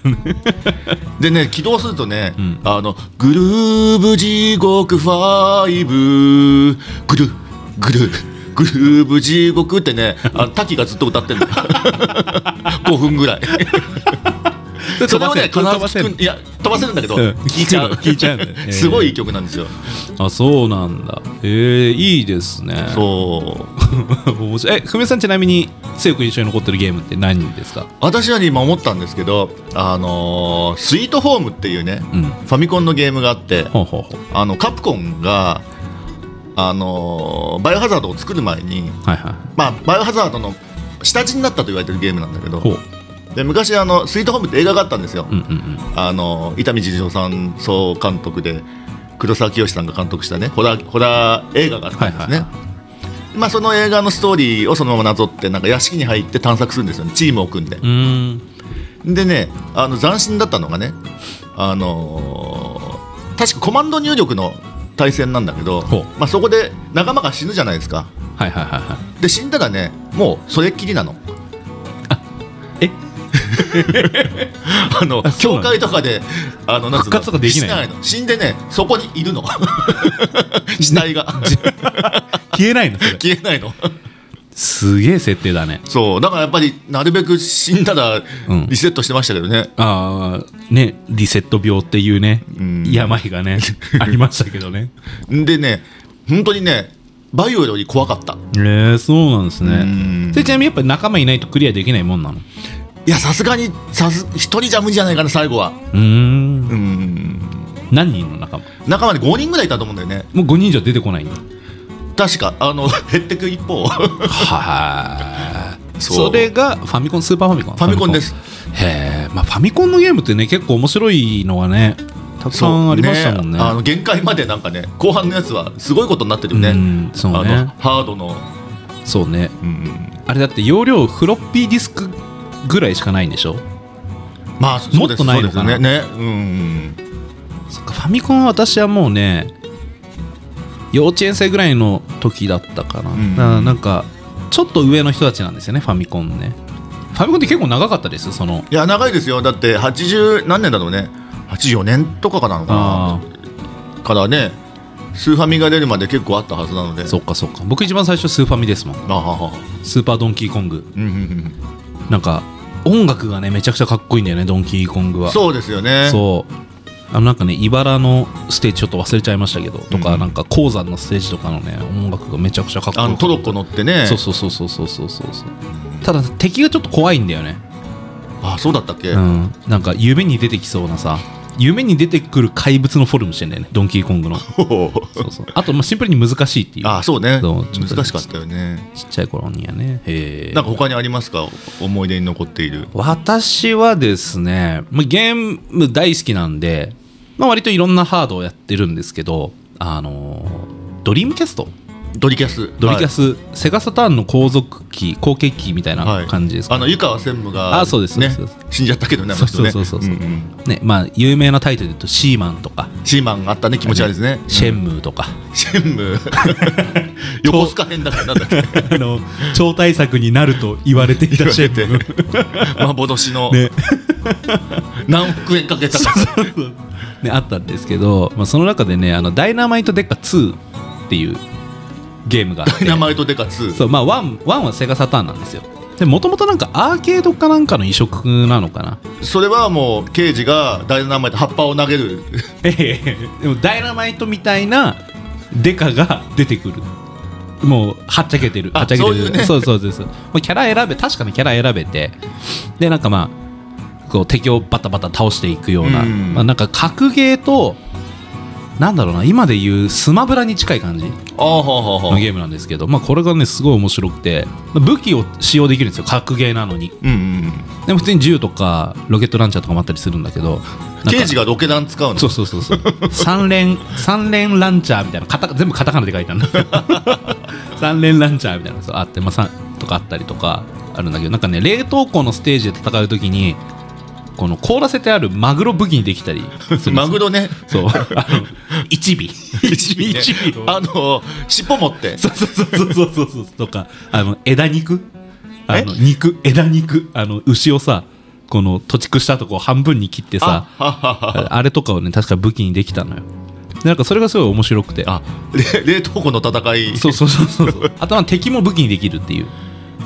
[SPEAKER 2] でね起動するとね、
[SPEAKER 1] ん
[SPEAKER 2] あのグルーブ地獄ファイブグルグルグルーブ地獄っ
[SPEAKER 1] [LAUGHS]
[SPEAKER 2] てねあの滝がずっと歌ってるの [LAUGHS] 5分ぐらいそれをね必
[SPEAKER 1] [LAUGHS] 飛
[SPEAKER 2] ず
[SPEAKER 1] ばせる
[SPEAKER 2] 聞くいや飛ばせるんだけど、
[SPEAKER 1] うん
[SPEAKER 2] 聞いちゃう
[SPEAKER 1] [LAUGHS] 聞いちゃう
[SPEAKER 2] [LAUGHS]
[SPEAKER 1] 聞いちゃうんだよ
[SPEAKER 2] すごいいい曲なんですよ、
[SPEAKER 1] あそうなんだえー、いいですねう
[SPEAKER 2] そう
[SPEAKER 1] [LAUGHS] 面白いえ久米さんちなみに強く印象に残ってるゲームって何ですか
[SPEAKER 2] 私はね今思ったんですけどあのースイートホームっていうね、
[SPEAKER 1] うん
[SPEAKER 2] ファミコンのゲームがあって、
[SPEAKER 1] ほうほうほう
[SPEAKER 2] あのカプコンが、あのーバイオハザードを作る前に、
[SPEAKER 1] はいはい
[SPEAKER 2] まあ、バイオハザードの下地になったと言われてるゲームなんだけど
[SPEAKER 1] ほう
[SPEAKER 2] で昔あの「スイートホーム」って映画があったんですよ、
[SPEAKER 1] うんうんうん
[SPEAKER 2] あのー伊丹次郎さん総監督で黒沢清さんが監督したねホラーホラー映画があったんですね、
[SPEAKER 1] はいは
[SPEAKER 2] まあ、その映画のストーリーをそのままなぞってなんか屋敷に入って探索するんですよねチームを組んで
[SPEAKER 1] う、ーん
[SPEAKER 2] でねあの斬新だったのがねあのー確かコマンド入力の対戦なんだけど
[SPEAKER 1] ほう、
[SPEAKER 2] まあ、そこで仲間が死ぬじゃないですか
[SPEAKER 1] はいはいはいはい
[SPEAKER 2] で死んだらねもうそれっきりなの
[SPEAKER 1] え
[SPEAKER 2] [LAUGHS] あの
[SPEAKER 1] あそうな
[SPEAKER 2] 教
[SPEAKER 1] の
[SPEAKER 2] 会とかであのなんつう
[SPEAKER 1] 復
[SPEAKER 2] の
[SPEAKER 1] 活とかできない
[SPEAKER 2] しの死んでねそこに
[SPEAKER 1] [LAUGHS]
[SPEAKER 2] いるの死体が
[SPEAKER 1] [LAUGHS] 消えないのそれ
[SPEAKER 2] 消えないの
[SPEAKER 1] すげえ設定だね
[SPEAKER 2] そうだからやっぱりなるべく死んだら
[SPEAKER 1] うん
[SPEAKER 2] リセットしてましたけどね、
[SPEAKER 1] ああねリセット病っていうね、病が
[SPEAKER 2] [LAUGHS]
[SPEAKER 1] ねありましたけどね
[SPEAKER 2] でね本当にねバイオより怖かった
[SPEAKER 1] えー、そうなんです
[SPEAKER 2] ん
[SPEAKER 1] ねでちなみにやっぱり仲間いないとクリアできないもんなのう
[SPEAKER 2] いやさすがにさす一人じゃ無理じゃないかな最後は
[SPEAKER 1] ーん
[SPEAKER 2] うん
[SPEAKER 1] 何人の仲間
[SPEAKER 2] 仲間で5人ぐらいいたと思うんだよね
[SPEAKER 1] もう5人以上出てこないんだ
[SPEAKER 2] 確かあの減ってく一方フ
[SPEAKER 1] はー
[SPEAKER 2] そう
[SPEAKER 1] それがファミコンスーパーファミコン
[SPEAKER 2] ァミコンです
[SPEAKER 1] へえまあファミコンのゲームってね結構面白いのがねたくさんありましたもんね
[SPEAKER 2] あの限界までなんかね後半のやつはすごいことになってるよね
[SPEAKER 1] うんそうね
[SPEAKER 2] あのハードの
[SPEAKER 1] そうね
[SPEAKER 2] うん
[SPEAKER 1] あれだって容量フロッピーディスクぐらいしかないんでしょ
[SPEAKER 2] まあそうです
[SPEAKER 1] もっとないのかな
[SPEAKER 2] そうですねねうん
[SPEAKER 1] そっかファミコンは私はもうね幼稚園生ぐらいの時だったかな、
[SPEAKER 2] うん
[SPEAKER 1] だからなんかちょっと上の人たちなんですよねファミコンねファミコンって結構長かったですよその
[SPEAKER 2] いや長いですよだって80何年だろうね84年とかかなのか
[SPEAKER 1] ああ
[SPEAKER 2] なからねスーファミが出るまで結構あったはずなので
[SPEAKER 1] そっかそっか僕一番最初スーファミですもん
[SPEAKER 2] あはは
[SPEAKER 1] スーパードンキーコング
[SPEAKER 2] うんうんうん
[SPEAKER 1] なんか音楽がねめちゃくちゃかっこいいんだよねドンキーコングは
[SPEAKER 2] そうですよね
[SPEAKER 1] そうあのなんかね茨のステージちょっと忘れちゃいましたけどとか、
[SPEAKER 2] うん
[SPEAKER 1] なんか鉱山のステージとかのね音楽がめちゃくちゃかっこよ
[SPEAKER 2] あ
[SPEAKER 1] かっ
[SPEAKER 2] の
[SPEAKER 1] た
[SPEAKER 2] トロッコ乗ってね
[SPEAKER 1] そうそうそうそうそうそうそうそうただ敵がちょっと怖いんだよね、
[SPEAKER 2] あそうだったっけ、
[SPEAKER 1] うん、なんか夢に出てきそうなさ夢に出てくる怪物のフォルムしてんだよねドンキーコングのそう
[SPEAKER 2] [LAUGHS]
[SPEAKER 1] そうあとまあシンプルに難しいっていう
[SPEAKER 2] あそうね
[SPEAKER 1] そうちょっと
[SPEAKER 2] 難しかったよね
[SPEAKER 1] ちっちゃい頃にはねへえ
[SPEAKER 2] なんか他にありますか思い出に残っている
[SPEAKER 1] 私はですね、まあ、ゲーム大好きなんで、まあ、割といろんなハードをやってるんですけどあのードリームキャスト
[SPEAKER 2] ドリキャス
[SPEAKER 1] ドリキャ
[SPEAKER 2] ス、
[SPEAKER 1] ス、セガサターンの後続機後継機みたいな感じですか、
[SPEAKER 2] あの湯川専務が
[SPEAKER 1] あそうです
[SPEAKER 2] ね
[SPEAKER 1] そうです
[SPEAKER 2] 死んじゃったけどねあ
[SPEAKER 1] そ
[SPEAKER 2] の
[SPEAKER 1] う
[SPEAKER 2] 人
[SPEAKER 1] そう
[SPEAKER 2] ね
[SPEAKER 1] そうそうそう、
[SPEAKER 2] んん
[SPEAKER 1] ねまあ有名なタイトルで言うとシーマンとか
[SPEAKER 2] シーマンがあったね気持ち悪いですね
[SPEAKER 1] シェンムーとか、
[SPEAKER 2] シェンム
[SPEAKER 1] [LAUGHS]
[SPEAKER 2] 横須賀編だからなんだっけ
[SPEAKER 1] あの超大作になると言われていたシェンムー
[SPEAKER 2] 幻の、
[SPEAKER 1] ね
[SPEAKER 2] 何億円かけたか
[SPEAKER 1] ね、あったんですけど、まあ、その中でね「あのダイナマイトデッカ2」っていうゲームがあっ
[SPEAKER 2] ダイ
[SPEAKER 1] て
[SPEAKER 2] ナマイトデカ2
[SPEAKER 1] そうまあ1 1はセガサターンなんですよでもともとなんかアーケードかなんかの移植なのかな
[SPEAKER 2] それはもう刑事がダイナマイト葉っぱを投げ
[SPEAKER 1] [LAUGHS]
[SPEAKER 2] る
[SPEAKER 1] でもダイナマイトみたいなデカが出てくるもうはっちゃけてる
[SPEAKER 2] あ
[SPEAKER 1] はっちゃけてる
[SPEAKER 2] そういうね
[SPEAKER 1] そうそうそうそうもうキャラ選べ確かにキャラ選べてでなんかまあこう敵をバタバタ倒していくような、
[SPEAKER 2] うん
[SPEAKER 1] まあ、なんか格ゲーとなんだろうな今で言うスマブラに近い感じ
[SPEAKER 2] ああはあは
[SPEAKER 1] のゲームなんですけど、まあ、これがねすごい面白くて武器を使用できるんですよ格ゲーなのに
[SPEAKER 2] うんうんうん
[SPEAKER 1] でも普通に銃とかロケットランチャーとかもあったりするんだけどなんか
[SPEAKER 2] 刑事がロケ弾使うの
[SPEAKER 1] そうそうそうそう三連三連ランチャーみたいなカタ全部カタカナで書いてあるの三連ランチャーみたいなのそうあって、まあ、さとかあったりとかあるんだけどなんかね冷凍庫のステージで戦う時にこの凍らせてあるマグロ武器にできたりするんですよ
[SPEAKER 2] マグロね
[SPEAKER 1] そうあの一尾 [LAUGHS] 一尾一尾
[SPEAKER 2] あの尻尾持って
[SPEAKER 1] そうそうそうそうそうそうとかあの枝肉あの
[SPEAKER 2] え
[SPEAKER 1] 肉枝肉あの牛をさこの土地したとこを半分に切ってさ
[SPEAKER 2] あははは
[SPEAKER 1] ああれとかをね確か武器にできたのよでなんかそれがすごい面白くて
[SPEAKER 2] あれ冷凍庫の戦い
[SPEAKER 1] そうそうそうそう
[SPEAKER 2] [LAUGHS]
[SPEAKER 1] そうあとは敵も武器にできるっていう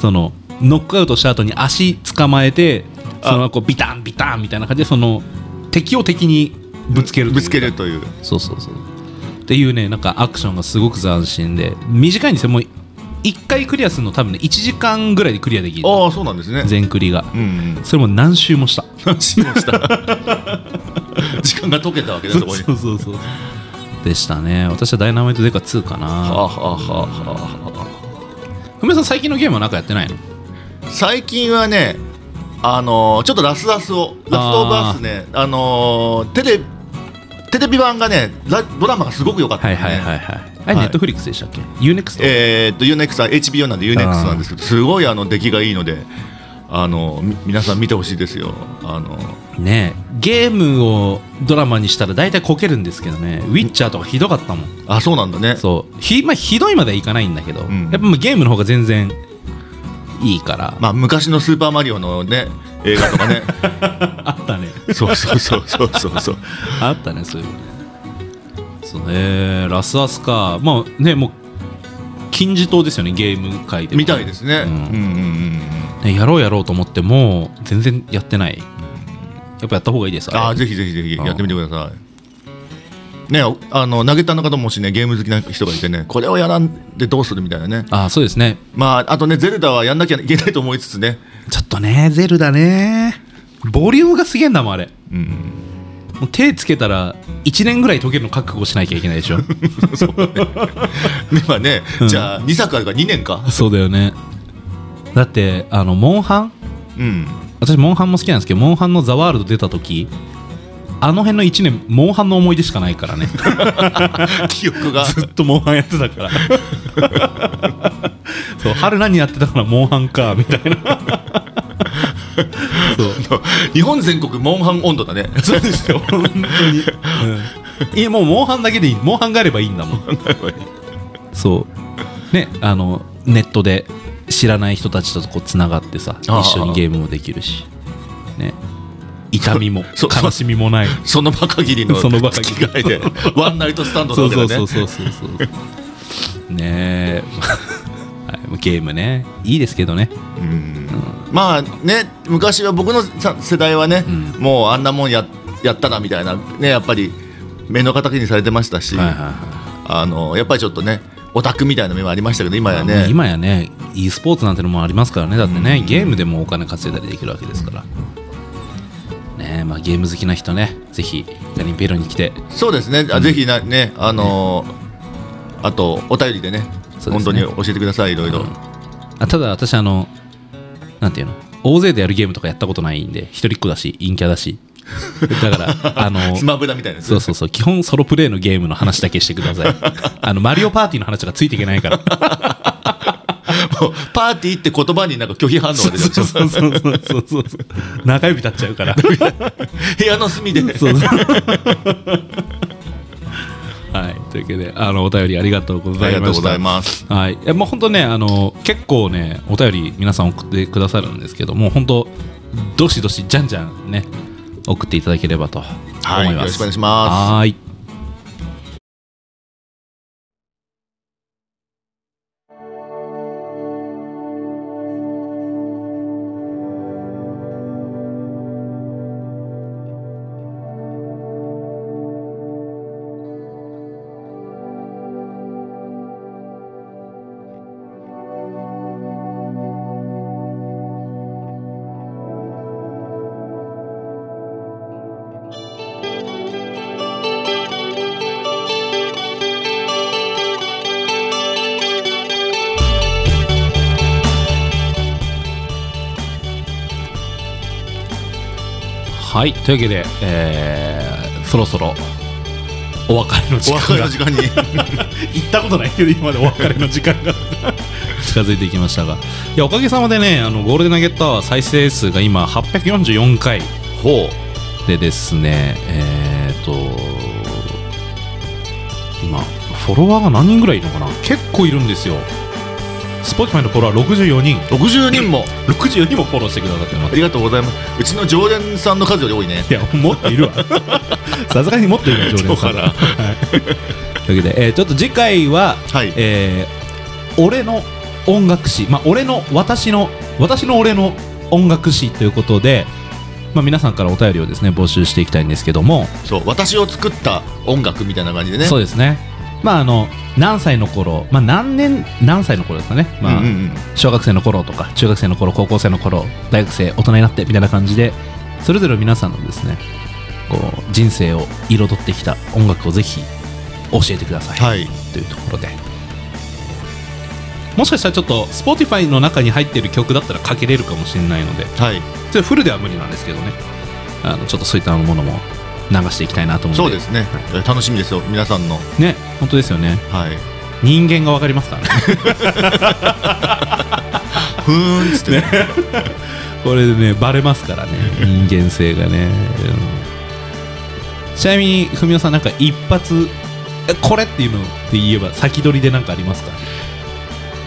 [SPEAKER 1] そのノックアウトした後に足捕まえてそのままこうビタンビタンみたいな感じでその敵を敵にぶつけるという
[SPEAKER 2] ぶつけるという
[SPEAKER 1] そうそうそうっていうねなんかアクションがすごく斬新で短いんですよもう1回クリアするの多分ね1時間ぐらいでクリアできる
[SPEAKER 2] ああそうなんですね
[SPEAKER 1] 全クリが
[SPEAKER 2] うんうん
[SPEAKER 1] それも何周もした
[SPEAKER 2] しました時間が解けたわけです
[SPEAKER 1] そ
[SPEAKER 2] そこ
[SPEAKER 1] う [LAUGHS]
[SPEAKER 2] に
[SPEAKER 1] そうそうそうでしたね私はダイナマイトデカ2か
[SPEAKER 2] あ
[SPEAKER 1] な
[SPEAKER 2] はははは
[SPEAKER 1] ふめさん最近のゲームはなんかやってないの
[SPEAKER 2] 最近はねあのーちょっとラスラスをラストオブアスねあのーテレテレビ版がねラドラマがすごく良かった、
[SPEAKER 1] は
[SPEAKER 2] ね
[SPEAKER 1] いはいはいはいあれ
[SPEAKER 2] は
[SPEAKER 1] ネ
[SPEAKER 2] い
[SPEAKER 1] ットフリックスでしたっけ ?UNEXT?
[SPEAKER 2] えーっと UNEXT は HBO なんで UNEXT なんですけどすごいあの出来がいいのであのみ皆さん見てほしいですよあの
[SPEAKER 1] ねえゲームをドラマにしたら大体こけるんですけどねウィッチャーとかひどかったもん
[SPEAKER 2] あそうなんだね
[SPEAKER 1] そうひ,、まあ、ひどいまではいかないんだけど、
[SPEAKER 2] ん
[SPEAKER 1] やっぱもうゲームの方が全然いいから、
[SPEAKER 2] まあ昔の「スーパーマリオ」のね映画とか [LAUGHS] ね
[SPEAKER 1] あったね
[SPEAKER 2] そうそうそうそうそうそう
[SPEAKER 1] [LAUGHS] あったねそういうそうねラスアスかまあねもう金字塔ですよねゲーム界でも
[SPEAKER 2] みたいですね、
[SPEAKER 1] う
[SPEAKER 2] うんん、うんうんうん
[SPEAKER 1] ねやろうやろうと思ってもう全然やってないやっぱやった方がいいです
[SPEAKER 2] あ
[SPEAKER 1] あ
[SPEAKER 2] あ
[SPEAKER 1] れ
[SPEAKER 2] ぜひぜひぜひやってみてくださいねあの投げたの方もしねゲーム好きな人がいてねこれをやらんでどうするみたいなね
[SPEAKER 1] あそうですね
[SPEAKER 2] まああとねゼルダはやんなきゃいけないと思いつつね、
[SPEAKER 1] ちょっとねゼルダねボリュームがすげえんだもんあれ
[SPEAKER 2] うん、
[SPEAKER 1] もう手つけたら1年ぐらい解けるの覚悟しなきゃいけないでしょ
[SPEAKER 2] でまあね、じゃあ2作あるから2年か
[SPEAKER 1] [LAUGHS] そうだよねだってあのモンハン
[SPEAKER 2] うん
[SPEAKER 1] [LAUGHS] 私モンハンも好きなんですけどモンハンの「ザワールド出た時あの辺の1年モンハンの思い出しかないからね
[SPEAKER 2] 記憶
[SPEAKER 1] [LAUGHS]
[SPEAKER 2] が
[SPEAKER 1] ずっとモンハンやってたから [LAUGHS] そう春何やってたからモンハンかみたいな [LAUGHS] そう
[SPEAKER 2] 日本全国モンハン温度だね
[SPEAKER 1] そうですよ本当に、うん、いやもうモンハンだけでいいモンハンがあればいいんだもんそうねあのネットで知らない人たちとこうつながってさ
[SPEAKER 2] ああ
[SPEAKER 1] 一緒にゲームもできるしね痛 [LAUGHS] みも
[SPEAKER 2] そうそう
[SPEAKER 1] 悲しみもない
[SPEAKER 2] その場限りの
[SPEAKER 1] その場
[SPEAKER 2] 付
[SPEAKER 1] 限
[SPEAKER 2] き
[SPEAKER 1] り
[SPEAKER 2] 替えでワンナイトスタンドな
[SPEAKER 1] そ
[SPEAKER 2] わ
[SPEAKER 1] う
[SPEAKER 2] け
[SPEAKER 1] そ
[SPEAKER 2] だ
[SPEAKER 1] うそう
[SPEAKER 2] ね
[SPEAKER 1] そうそうそうねえ [LAUGHS] はいゲームねいいですけどね
[SPEAKER 2] うんまあね昔は僕のさ世代はね、
[SPEAKER 1] う
[SPEAKER 2] もうあんなもんややったなみたいなねやっぱり目の敵にされてましたし、
[SPEAKER 1] はいはいは
[SPEAKER 2] あのやっぱりちょっとねオタクみたいな目もありましたけど今や
[SPEAKER 1] い、
[SPEAKER 2] ね
[SPEAKER 1] 今やね e スポーツなんてのもありますからねだってね、
[SPEAKER 2] うん
[SPEAKER 1] ゲームでもお金稼いだりできるわけですから、ねえまあゲーム好きな人ねぜひガリンペロに来て
[SPEAKER 2] そうですね、あぜひなねあのあとお便りでね
[SPEAKER 1] そうで
[SPEAKER 2] 本
[SPEAKER 1] す
[SPEAKER 2] 当に
[SPEAKER 1] ね
[SPEAKER 2] 教えてくださいいろいろ、
[SPEAKER 1] あただ私あのなんていうの大勢でやるゲームとかやったことないんで一人っ子だし陰キャだしだから
[SPEAKER 2] [LAUGHS]
[SPEAKER 1] あの
[SPEAKER 2] スマブラみたいなやつ
[SPEAKER 1] そうそうそう基本ソロプレイのゲームの話だけしてくだ
[SPEAKER 2] [LAUGHS]
[SPEAKER 1] さいあのマリオパーティーの話がついていけないから
[SPEAKER 2] [LAUGHS] もうパーティーって言葉になんか拒否反応で
[SPEAKER 1] そうそうそうそうそうそう中指立っちゃうから
[SPEAKER 2] [LAUGHS] 部屋の隅で
[SPEAKER 1] [LAUGHS] そうそうはいというわけであのお便りありがとうござ
[SPEAKER 2] あり
[SPEAKER 1] い
[SPEAKER 2] がと
[SPEAKER 1] ま
[SPEAKER 2] う
[SPEAKER 1] し
[SPEAKER 2] ご
[SPEAKER 1] た
[SPEAKER 2] ざいます
[SPEAKER 1] はい、いやもう本当ねあの結構ねお便り皆さん送ってくださるんですけどもう本当どしどしじゃんじゃんね送っていただければと思います。
[SPEAKER 2] はいよろしくお願いします
[SPEAKER 1] はーいはいというわけで、えーそろそろお別れの時
[SPEAKER 2] お別
[SPEAKER 1] 間
[SPEAKER 2] れ
[SPEAKER 1] が
[SPEAKER 2] の時間に
[SPEAKER 1] [LAUGHS] 行ったことないけど今までお別れの時間が [LAUGHS] 近づいてきましたがいやおかげさまでねあのゴールデンナゲットアワー再生数が今844回
[SPEAKER 2] ほ
[SPEAKER 1] でですねえっ、と今フォロワーが何人ぐらいいるのかな結構いるんですよ Spotify のフォロワー64人
[SPEAKER 2] う60人も
[SPEAKER 1] 64人もフォローしてくださってま
[SPEAKER 2] [LAUGHS] あ
[SPEAKER 1] す
[SPEAKER 2] りがとうございますうちの常連さんの数より多いね
[SPEAKER 1] いやもっと [LAUGHS] いるわさすがにもっといるわ常連さんが
[SPEAKER 2] そう
[SPEAKER 1] はいというわけで、えーちょっと次回は
[SPEAKER 2] はい
[SPEAKER 1] えー俺の音楽史、まあ、俺の私の私の俺の音楽史ということで、まあ、皆さんからお便りをですね募集していきたいんですけども、
[SPEAKER 2] そう私を作った音楽みたいな感じでね
[SPEAKER 1] そうですねまああの何歳の頃、まあ、何年何歳の頃ですかね、まあ
[SPEAKER 2] うんうんうん
[SPEAKER 1] 小学生の頃とか中学生の頃高校生の頃大学生大人になってみたいな感じでそれぞれ皆さんのですねこう人生を彩ってきた音楽をぜひ教えてください、
[SPEAKER 2] はい
[SPEAKER 1] というところでもしかしたらちょっと Spotify の中に入っている曲だったらかけれるかもしれないので
[SPEAKER 2] はい
[SPEAKER 1] それフルでは無理なんですけどねあのちょっとそういったものも流していきたいなと思
[SPEAKER 2] そうう
[SPEAKER 1] ので
[SPEAKER 2] ですね楽しみですよ皆さんの
[SPEAKER 1] ね本当ですよね
[SPEAKER 2] はい
[SPEAKER 1] 人間が分かりますからね
[SPEAKER 2] ふーんっつってね
[SPEAKER 1] これでねバレますからね人間性がね、うんちなみに文雄さんなんか一発えこれっていうのって言えば先取りで何かありますか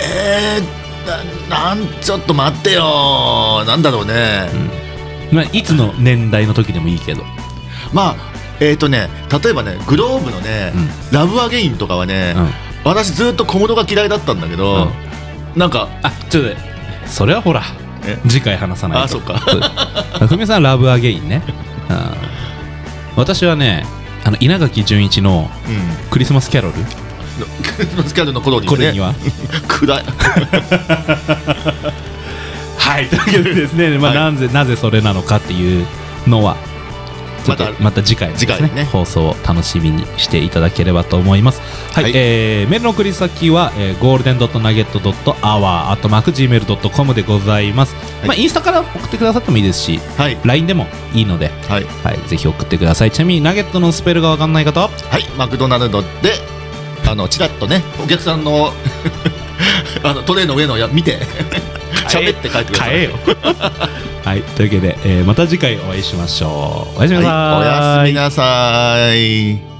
[SPEAKER 2] えー、ななんちょっと待ってよなんだろうね、
[SPEAKER 1] まあいつの年代の時でもいいけど
[SPEAKER 2] まあえっ、とね例えばねグローブのね、ラブアゲインとかはね、
[SPEAKER 1] うん
[SPEAKER 2] 私ずっと小物が嫌いだったんだけど、なんか
[SPEAKER 1] あちょっと待ってそれはほら
[SPEAKER 2] え
[SPEAKER 1] 次回話さないと
[SPEAKER 2] あそっか
[SPEAKER 1] そうふみさんラブアゲイン
[SPEAKER 2] [LAUGHS]
[SPEAKER 1] ねあー私はねあの稲垣潤一の [LAUGHS]
[SPEAKER 2] うん
[SPEAKER 1] クリスマスキャロル
[SPEAKER 2] のクリスマスキャルの頃にね
[SPEAKER 1] これには
[SPEAKER 2] 暗い
[SPEAKER 1] [LAUGHS] はいというわけでですね、まあ
[SPEAKER 2] はい
[SPEAKER 1] なぜなぜそれなのかっていうのはちょっと
[SPEAKER 2] また
[SPEAKER 1] また次回のです、ね
[SPEAKER 2] 次回ね
[SPEAKER 1] 放送を楽しみにしていただければと思います。はい、
[SPEAKER 2] はい
[SPEAKER 1] えーメールの送り先は、えー、ゴールデンドットナゲットドットアワーアットマーク gmail ドットコムでございます。
[SPEAKER 2] はい
[SPEAKER 1] まあインスタから送ってくださってもいいですし、
[SPEAKER 2] はい
[SPEAKER 1] LINE でもいいので、
[SPEAKER 2] はい
[SPEAKER 1] はい、ぜひ送ってください。ちなみにナゲットのスペルがわかんない方は、
[SPEAKER 2] はい、マクドナルドで、あの、ちらっとね、お客さんの。 [LAUGHS] あの、トレイの上のや、見て。喋って帰ってください。
[SPEAKER 1] よ。 [LAUGHS] はい、というわけで、えーまた次回お会いしましょう。おやすみなさ。
[SPEAKER 2] はいい、おやすみなさい。